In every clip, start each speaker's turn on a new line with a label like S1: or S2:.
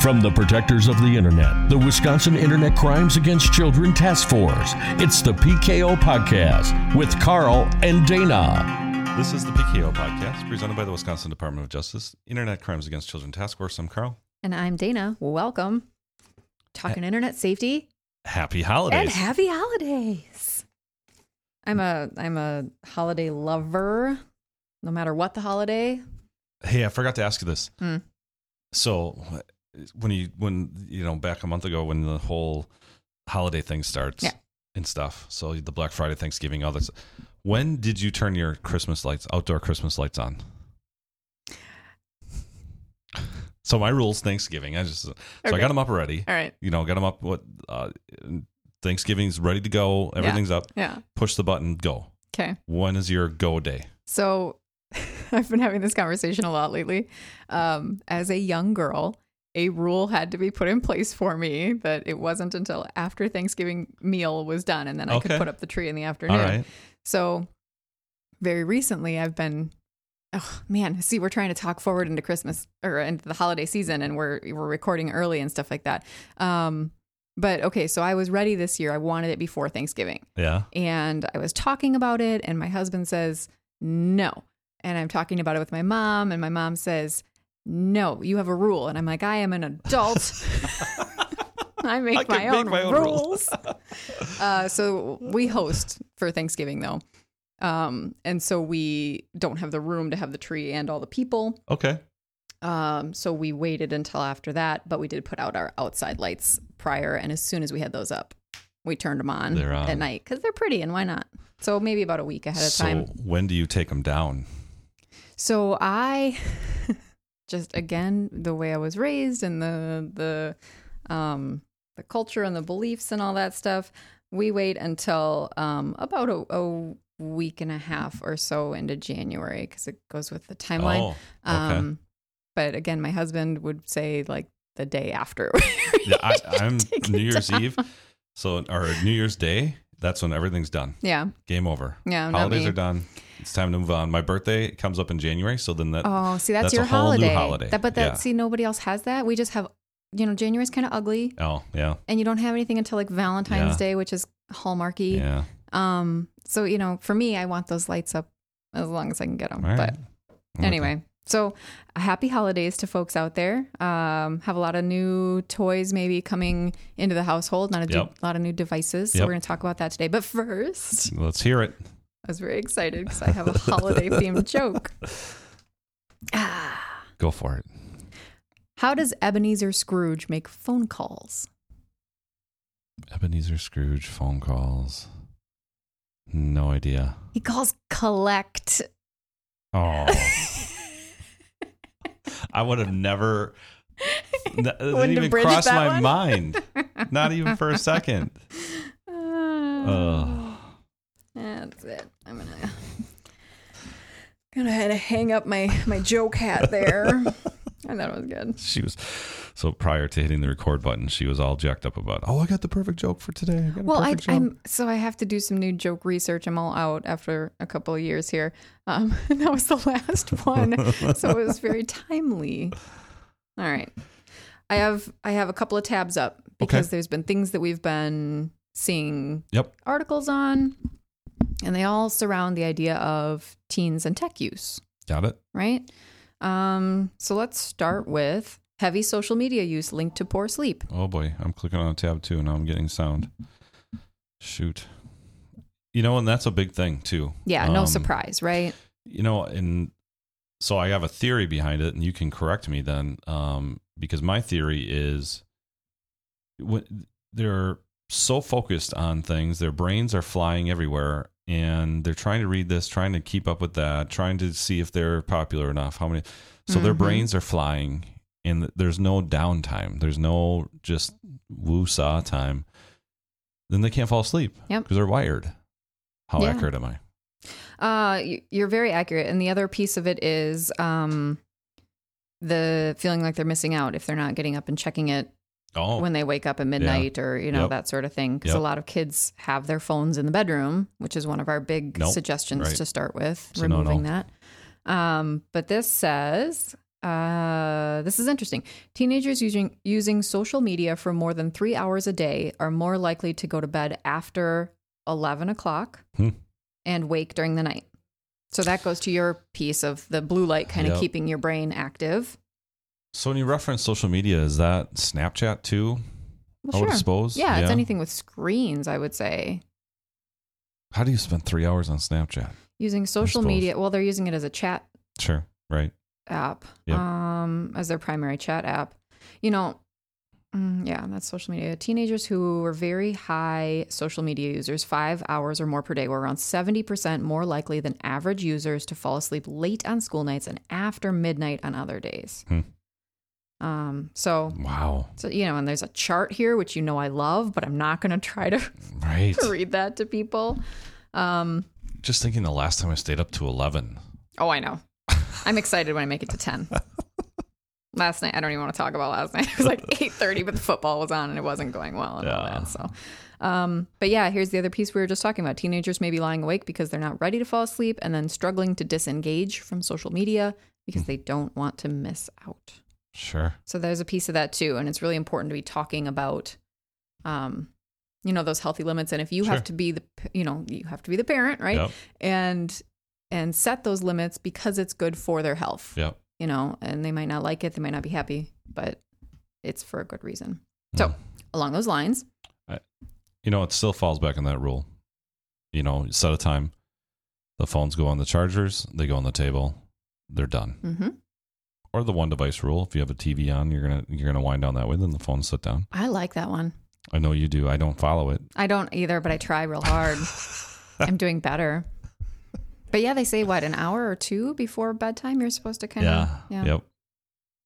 S1: From the protectors of the internet, the Wisconsin Internet Crimes Against Children Task Force, it's the PKO Podcast with Carl and Dana.
S2: This is the PKO podcast presented by the Wisconsin Department of Justice Internet Crimes Against Children Task Force. I'm Carl.
S3: And I'm Dana. Welcome. Talking internet safety
S2: Happy
S3: and
S2: holidays.
S3: happy holidays. I'm a I'm a holiday lover. No matter what the holiday,
S2: hey, I forgot to ask you this.
S3: Hmm.
S2: So when you when you know back a month ago when the whole holiday thing starts
S3: Yeah.
S2: and stuff. So the Black Friday, Thanksgiving, all this. When did you turn your Christmas lights, outdoor Christmas lights on? So my rules Thanksgiving. I just so I
S3: Okay.
S2: got them up already.
S3: all right,
S2: You know, got them up. What uh, Thanksgiving's ready to go. Everything's up.
S3: yeah,
S2: push the button, go.
S3: okay.
S2: When is your go day?
S3: So I've been having this conversation a lot lately. Um, as a young girl, a rule had to be put in place for me that it wasn't until after Thanksgiving meal was done, and then I
S2: Okay.
S3: could put up the tree in the
S2: All
S3: afternoon.
S2: right.
S3: So, very recently, I've been. Oh man, see, we're trying to talk forward into Christmas or into the holiday season, and we're we're recording early and stuff like that. Um, but okay, so I was ready this year. I wanted it before Thanksgiving,
S2: Yeah.
S3: and I was talking about it, and my husband says no, and I'm talking about it with my mom, and my mom says no, you have a rule, and I'm like, I am an adult. I make,
S2: I can
S3: my,
S2: make
S3: own
S2: my own
S3: rules. uh, so we host for Thanksgiving though. Um, and so we don't have the room to have the tree and all the people.
S2: Okay.
S3: Um, so we waited until after that, but we did put out our outside lights prior. And as soon as we had those up, we turned them on,
S2: They're on.
S3: at night because they're pretty and why not? So maybe about a week ahead of
S2: So
S3: time.
S2: when do you take them down?
S3: So I just again the way I was raised and the the um the culture and the beliefs and all that stuff. We wait until um about a, a week and a half or so into January because it goes with the timeline.
S2: Oh, okay.
S3: Um, but again, my husband would say like the day after.
S2: yeah, I, I'm
S3: Take it
S2: New Year's
S3: down.
S2: Eve. So or New Year's Day. That's when everything's done.
S3: yeah,
S2: Game over.
S3: yeah. not
S2: Holidays
S3: me.
S2: are done. It's time to move on. My birthday comes up in January, so then that
S3: Oh, see, that's,
S2: That's a
S3: your
S2: whole new
S3: holiday.
S2: holiday.
S3: That, but that
S2: Yeah.
S3: see, nobody else has that. We just have, you know, January's kind of ugly.
S2: oh yeah
S3: and you don't have anything until like Valentine's
S2: Yeah.
S3: Day, which is hallmarky.
S2: yeah
S3: Um, so you know, for me, I want those lights up as long as I can get them.
S2: All right.
S3: But
S2: Okay.
S3: anyway, so uh, happy holidays to folks out there. Um, have a lot of new toys maybe coming into the household, not a
S2: Yep.
S3: lot of new devices. So
S2: Yep.
S3: we're going to talk about that today. But first,
S2: let's hear it.
S3: I was very excited because I have a holiday themed joke. Ah,
S2: Go for it.
S3: how does Ebenezer Scrooge make phone calls?
S2: Ebenezer Scrooge phone calls. No idea.
S3: He calls collect.
S2: Oh. I would have never. N- it
S3: have
S2: didn't even
S3: bridged
S2: cross
S3: that
S2: my
S3: one.
S2: mind. Not even for a second.
S3: Oh.
S2: Ugh.
S3: That's it. I'm gonna gonna had to hang up my my joke hat there. I thought it was good.
S2: She was so prior to hitting the record button, she was all jacked up about. Oh, I got the perfect joke for today. I got a
S3: Well, I,
S2: perfect joke."
S3: I'm so I have to do some new joke research. I'm all out after a couple of years here. Um, that was the last one, so it was very timely. All right, I have I have a couple of tabs up because there's been things that we've been seeing
S2: Yep.
S3: articles on, and they all surround the idea of teens and tech use.
S2: got it.
S3: right? Um, so let's start with heavy social media use linked to poor sleep.
S2: Oh boy, I'm clicking on a tab too. Now I'm getting sound. Shoot. You know, and that's a big thing too.
S3: Yeah, no
S2: Um,
S3: surprise, right?
S2: you know and so i have a theory behind it and you can correct me then um, because my theory is what they're so focused on things their brains are flying everywhere and they're trying to read this trying to keep up with that trying to see if they're popular enough how many so their
S3: Mhm.
S2: brains are flying and there's no downtime there's no just woo saw time then they can't fall asleep
S3: Yep.
S2: because they're wired how
S3: Yeah.
S2: accurate am i
S3: Uh, y- you're very accurate. And the other piece of it is um, the feeling like they're missing out if they're not getting up and checking it
S2: oh
S3: when they wake up at midnight or, you know,
S2: Yep.
S3: that sort of thing. Because
S2: Yep.
S3: a lot of kids have their phones in the bedroom, which is one of our big
S2: Nope.
S3: suggestions
S2: Right.
S3: to start with,
S2: So no,
S3: removing
S2: no.
S3: that. Um, but this says Uh, this is interesting. Teenagers using using social media for more than three hours a day are more likely to go to bed after eleven o'clock
S2: Hmm.
S3: and wake during the night. So that goes to your piece of the blue light kind of
S2: Yep.
S3: keeping your brain active.
S2: So when you reference social media, is that Snapchat too? I
S3: Well,
S2: would
S3: sure.
S2: suppose.
S3: Yeah, it's anything with screens, I would say.
S2: How do you spend three hours on Snapchat?
S3: Using social
S2: suppose.
S3: media, well, they're using it as a chat
S2: Sure. Right.
S3: app
S2: Yep.
S3: um, as their primary chat app. You know, mm, yeah, that's social media. Teenagers who were very high social media users, five hours or more per day, were around 70% more likely than average users to fall asleep late on school nights and after midnight on other days.
S2: Hmm.
S3: Um, so,
S2: Wow.
S3: so, you know, and there's a chart here, which you know I love, but I'm not going to try to
S2: Right.
S3: read that to people. Um,
S2: Just thinking the last time I stayed up to 11.
S3: Oh, I know. I'm excited when I make it to 10. last night, I don't even want to talk about last night. It was like 8:30, but the football was on and it wasn't going well and all
S2: Yeah.
S3: that. So, um, but yeah, here's the other piece we were just talking about. Teenagers may be lying awake because they're not ready to fall asleep and then struggling to disengage from social media because they don't want to miss out.
S2: Sure.
S3: So there's a piece of that too, and it's really important to be talking about, um, you know, those healthy limits. And if you
S2: Sure.
S3: have to be the, p- you know, you have to be the parent, right?
S2: Yep.
S3: And and set those limits because it's good for their health.
S2: Yep.
S3: You know, and they might not like it, they might not be happy, but it's for a good reason. So
S2: Mm.
S3: along those lines,
S2: You know, it still falls back on that rule. You know, you set a time. The phones go on the chargers, they go on the table, they're done.
S3: hmm
S2: Or the one device rule. If you have a TV on, you're gonna you're gonna wind down that way, then the phones sit down.
S3: I like that one.
S2: I know you do. I don't follow it.
S3: I don't either, but I try real hard. I'm doing better. But yeah, they say what an hour or two before bedtime you're supposed to kind of
S2: Yep.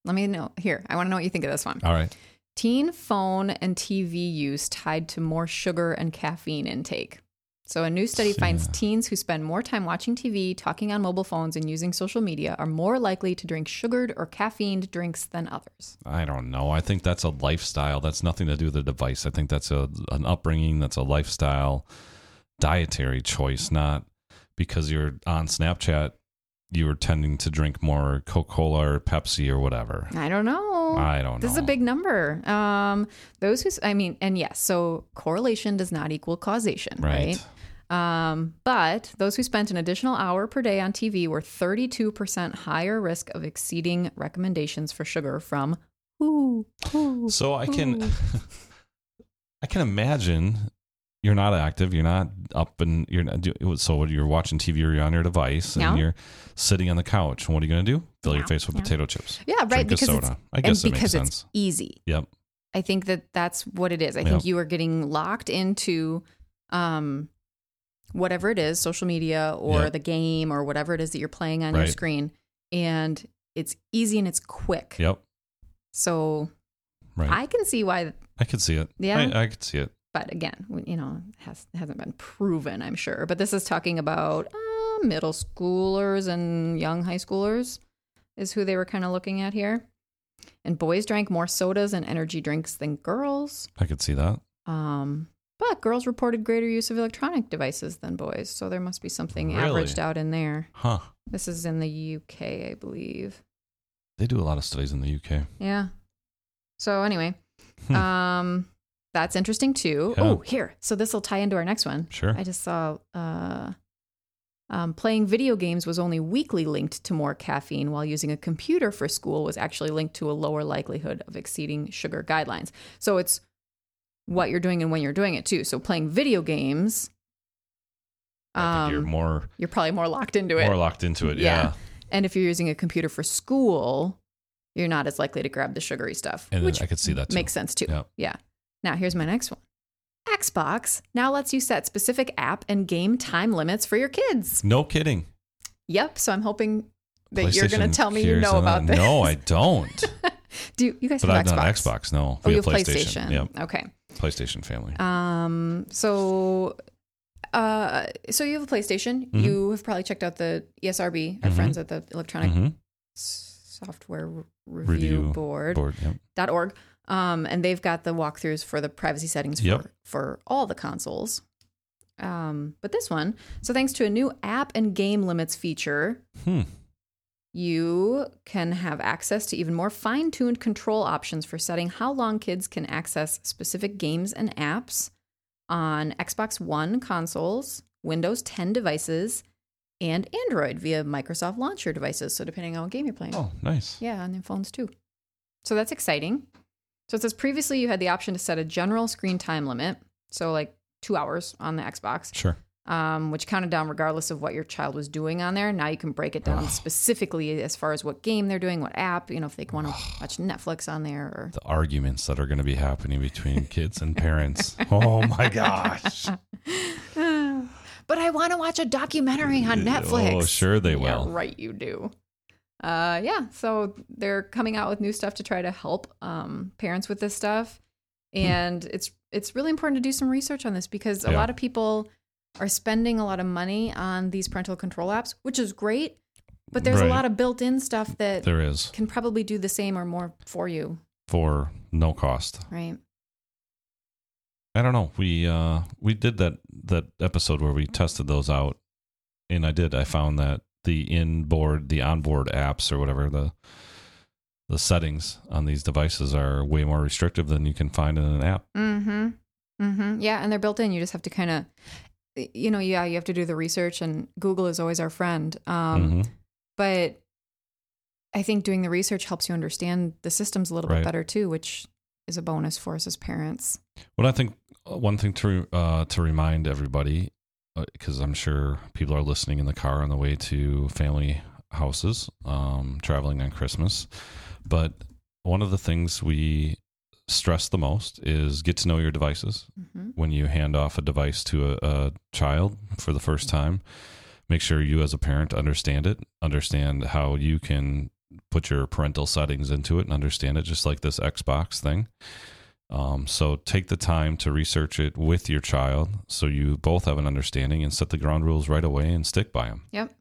S3: Let me know. Here, I want to know what you think of this one.
S2: All right.
S3: Teen phone and TV use tied to more sugar and caffeine intake. So, a new study finds
S2: Yeah.
S3: teens who spend more time watching TV, talking on mobile phones, and using social media are more likely to drink sugared or caffeined drinks than others.
S2: I don't know. I think that's a lifestyle. That's nothing to do with the device. I think that's a an upbringing. That's a lifestyle, dietary choice. Not because you're on Snapchat, you were tending to drink more Coca Cola or Pepsi or whatever.
S3: I don't know.
S2: I don't
S3: This is a
S2: know.
S3: big number. Um, those who, s- I mean, and yes, so correlation does not equal causation, right?
S2: Right.
S3: Um, but those who spent an additional hour per day on TV were 32% higher risk of exceeding recommendations for sugar from who? who.
S2: So I can,
S3: Hmm.
S2: I can imagine you're not active. You're not up and you're not. Do, so you're watching TV or you're on your device and
S3: Yeah.
S2: you're sitting on the couch. And what are you going to do? Fill your face with
S3: Yeah.
S2: potato chips.
S3: Yeah, right.
S2: Drink a
S3: because it's,
S2: soda. I guess it
S3: and
S2: makes
S3: because it's
S2: sense.
S3: easy.
S2: Yep.
S3: I think that that's what it is. I think
S2: Yep.
S3: you are getting locked into um, whatever it is, social media or
S2: Yep.
S3: the game or whatever it is that you're playing on your
S2: Right.
S3: screen. And it's easy and it's quick.
S2: Yep.
S3: So
S2: Right.
S3: I can see why
S2: I could see it.
S3: Yeah.
S2: I, I could see it.
S3: but again, we- you know, has hasn't been proven, I'm sure. But this is talking about uh, middle schoolers and young high schoolers is who they were kind of looking at here. And boys drank more sodas and energy drinks than girls.
S2: I could see that.
S3: Um, but girls reported greater use of electronic devices than boys, so there must be something
S2: Really?
S3: averaged out in there.
S2: Huh.
S3: This is in the UK, I believe.
S2: They do a lot of studies in the UK.
S3: Yeah. So anyway,
S2: Hmm.
S3: um, that's interesting too.
S2: Yeah.
S3: Oh, here. So this will tie into our next one.
S2: Sure.
S3: I just saw uh, um, playing video games was only weakly linked to more caffeine, while using a computer for school was actually linked to a lower likelihood of exceeding sugar guidelines. So it's what you're doing and when you're doing it too. So playing video games,
S2: I think you're
S3: um,
S2: more
S3: you're probably more locked into it.
S2: more locked into it. Yeah.
S3: Yeah. And if you're using a computer for school, you're not as likely to grab the sugary stuff,
S2: And then
S3: which
S2: I could see that too.
S3: makes sense too.
S2: Yeah.
S3: Yeah. Now here's my next one. Xbox now lets you set specific app and game time limits for your kids.
S2: No kidding.
S3: Yep. So I'm hoping that you're going
S2: PlayStation
S3: to tell me you know
S2: cares
S3: about
S2: not-
S3: this.
S2: No, I don't.
S3: do. You, you guys
S2: but
S3: have
S2: I've
S3: Xbox?
S2: not Xbox. No.
S3: Oh,
S2: We
S3: you
S2: have
S3: have PlayStation.
S2: Yep.
S3: Okay.
S2: PlayStation family.
S3: Um. So. Uh, so you have a PlayStation.
S2: Mhm.
S3: You have probably checked out the E ESRB, our
S2: Mhm.
S3: friends at the Electronic
S2: hmm
S3: Software Re- Review,
S2: Review
S3: Board.
S2: Board. Yep.
S3: dot org. Um, and they've got the walkthroughs for the privacy settings for,
S2: Yep.
S3: for all the consoles. Um, but this one, so thanks to a new app and game limits feature,
S2: Hmm.
S3: you can have access to even more fine tuned control options for setting how long kids can access specific games and apps on Xbox One consoles, Windows 10 devices, and Android via Microsoft Launcher devices. So, depending on what game you're playing.
S2: Oh, nice.
S3: Yeah, on their phones too. So that's exciting. So it says previously you had the option to set a general screen time limit, so like two hours on the Xbox,
S2: Sure.
S3: um, which counted down regardless of what your child was doing on there. Now you can break it down
S2: Ugh.
S3: specifically as far as what game they're doing, what app, you know, if they want to watch Netflix on there or
S2: The arguments that are going to be happening between kids and parents. Oh my gosh.
S3: but I want to watch a documentary on Netflix.
S2: Oh, sure they
S3: Yeah,
S2: will.
S3: right, you do. Uh, yeah, so they're coming out with new stuff to try to help um, parents with this stuff, and it's it's really important to do some research on this because a
S2: Hmm. Yeah.
S3: lot of people are spending a lot of money on these parental control apps, which is great, but there's
S2: Right.
S3: a lot of built-in stuff that
S2: There is
S3: can probably do the same or more for you,
S2: for no cost.
S3: right?
S2: I don't know. We uh we did that that episode where we tested those out, and I did. I found that the inboard, the onboard apps or whatever the the settings on these devices are way more restrictive than you can find in an app.
S3: Mm-hmm. Mm-hmm. Yeah, and they're built in. You just have to kind of, you know, yeah, you have to do the research, and Google is always our friend. Um,
S2: Mhm.
S3: But I think doing the research helps you understand the systems a little
S2: Right.
S3: bit better too, which is a bonus for us as parents.
S2: Well, I think uh, one thing to uh, to remind everybody, because I'm sure people are listening in the car on the way to family houses, um, traveling on Christmas. But one of the things we stress the most is get to know your devices
S3: Mm-hmm.
S2: when you hand off a device to a, a child for the first time, make sure you as a parent understand it, understand how you can put your parental settings into it and understand it, just like this Xbox thing. Um, so take the time to research it with your child so you both have an understanding and set the ground rules right away and stick by them.
S3: Yep.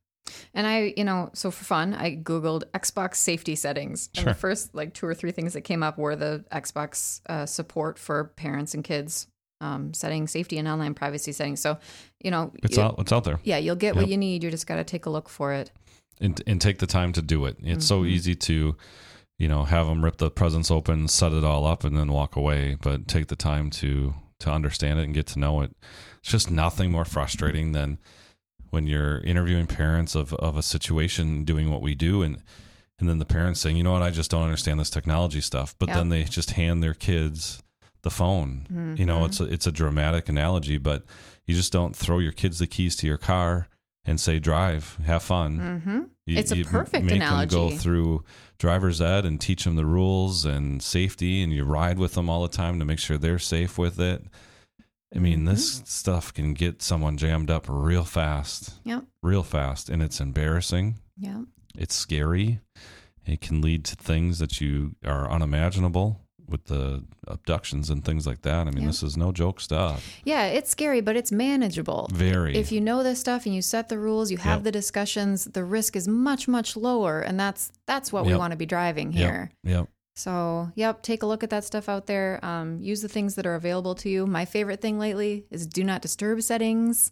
S3: And I, you know, so for fun, I Googled Xbox safety settings. And
S2: Sure.
S3: the first like two or three things that came up were the Xbox uh, support for parents and kids um, setting safety and online privacy settings. So, you know,
S2: It's
S3: you-
S2: out it's out there.
S3: yeah, you'll get what
S2: Yep.
S3: you need. You just got to take a look for it.
S2: and and take the time to do it. It's so
S3: Mhm.
S2: easy to, you know, have them rip the presents open, set it all up, and then walk away. But take the time to to understand it and get to know it. It's just nothing more frustrating than when you're interviewing parents of of a situation, doing what we do, and and then the parents saying, you know what, I just don't understand this technology stuff. But
S3: Yeah.
S2: then they just hand their kids the phone. You know, it's a,
S3: Mm-hmm.
S2: it's a dramatic analogy, but you just don't throw your kids the keys to your car and say drive, have fun.
S3: Mm-hmm.
S2: You-
S3: It's a
S2: you
S3: perfect
S2: make Them go
S3: analogy.
S2: through driver's ed and teach them the rules and safety, and you ride with them all the time to make sure they're safe with it. I mean,
S3: Mm-hmm.
S2: this stuff can get someone jammed up real fast,
S3: Yep.
S2: real fast, and it's embarrassing.
S3: Yeah.
S2: It's scary. It can lead to things that you are unimaginable with the abductions and things like that. I mean,
S3: Yeah.
S2: this is no joke stuff.
S3: Yeah. It's scary, but it's manageable.
S2: Very.
S3: If you know this stuff and you set the rules, you have
S2: Yep.
S3: the discussions, the risk is much, much lower. And that's that's what we
S2: Yep.
S3: want to be driving
S2: Yep.
S3: here.
S2: yep.
S3: So, yep, take a look at that stuff out there. Um, use the things that are available to you. My favorite thing lately is do not disturb settings.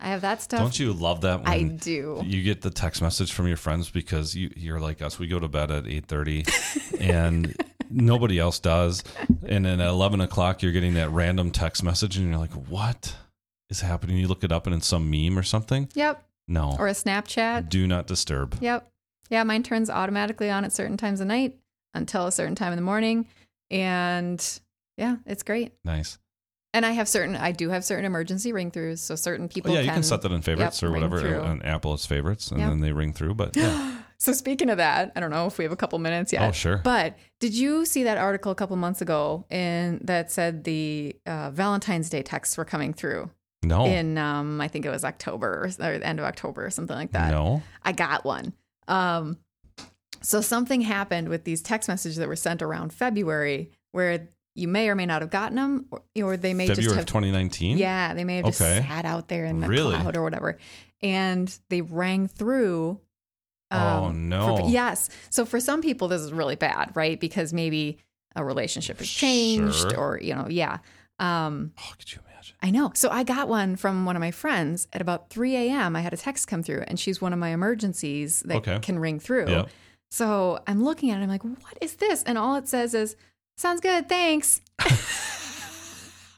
S3: I have that stuff.
S2: Don't you love that? When
S3: I do.
S2: you get the text message from your friends because you, you're like us. We go to bed at eight thirty, and nobody else does. And then at eleven o'clock, you're getting that random text message, and you're like, "What is happening?" You look it up, and it's some meme or something.
S3: Yep.
S2: No,
S3: Or a Snapchat.
S2: do not disturb.
S3: Yep. Yeah, mine turns automatically on at certain times of night until a certain time in the morning. And yeah, it's great.
S2: Nice. Oh,
S3: And I have certain, I do have certain emergency ring throughs. So certain people
S2: Well, yeah, you
S3: can,
S2: can set that in favorites
S3: yep,
S2: or
S3: ring
S2: whatever
S3: through.
S2: on Apple. It's favorites, and
S3: Yep.
S2: then they ring through. But yeah.
S3: So speaking of that, I don't know if we have a couple minutes yet.
S2: oh, sure.
S3: But did you see that article a couple months ago in that said the uh, Valentine's Day texts were coming through
S2: no,
S3: in um, I think it was October or, s- or the end of October or something like that.
S2: no.
S3: I got one. Um, so something happened with these text messages that were sent around February, where you may or may not have gotten them, or, or they may just
S2: February
S3: have
S2: of 2019.
S3: yeah, they may have just
S2: Okay.
S3: sat out there in the
S2: Really?
S3: cloud or whatever, and they rang through.
S2: Oh,
S3: um,
S2: no.
S3: for- yes. So for some people, this is really bad, right? Because maybe a relationship has changed,
S2: Sure.
S3: or you know, yeah. Um,
S2: Oh, could you imagine? imagine?
S3: I know. So I got one from one of my friends at about 3 a.m. I had a text come through, and she's one of my emergencies that
S2: Okay.
S3: can ring through.
S2: Yeah.
S3: So I'm looking at it. I'm like, what is this? And all it says is, sounds good. Thanks.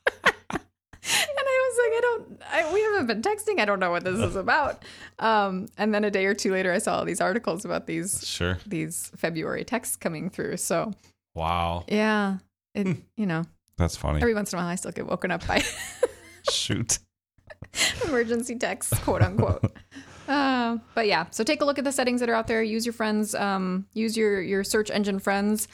S3: and I was like, I don't, I, we haven't been texting. I don't know what this is about. Um, and then a day or two later, I saw all these articles about these
S2: Sure.
S3: these February texts coming through. So
S2: Wow.
S3: yeah, it, you know,
S2: That's funny.
S3: every once in a while, I still get woken up by
S2: Shoot.
S3: emergency texts, quote unquote. Uh, but yeah, so take a look at the settings that are out there. Use your friends, um, use your your search engine friends,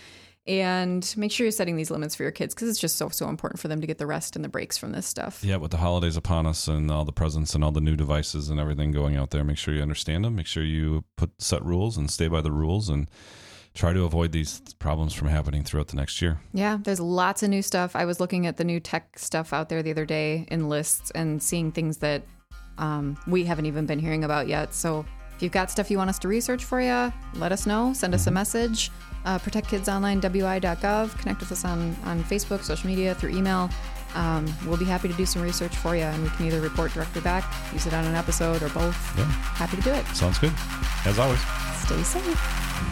S3: and make sure you're setting these limits for your kids because it's just so so important for them to get the rest and the breaks from this stuff.
S2: Yeah, with the holidays upon us and all the presents and all the new devices and everything going out there, make sure you understand them. Make sure you put set rules and stay by the rules and try to avoid these problems from happening throughout the next year.
S3: Yeah, there's lots of new stuff. I was looking at the new tech stuff out there the other day in lists and seeing things that um, we haven't even been hearing about yet. So if you've got stuff you want us to research for you, let us know. Send us a message. Uh, ProtectKidsOnline.wi.gov. Connect with us on, on Facebook, social media, through email. Um, we'll be happy to do some research for you, and we can either report directly back, use it on an episode, or both.
S2: Yeah.
S3: Happy to do it.
S2: Sounds good. As always.
S3: Stay safe.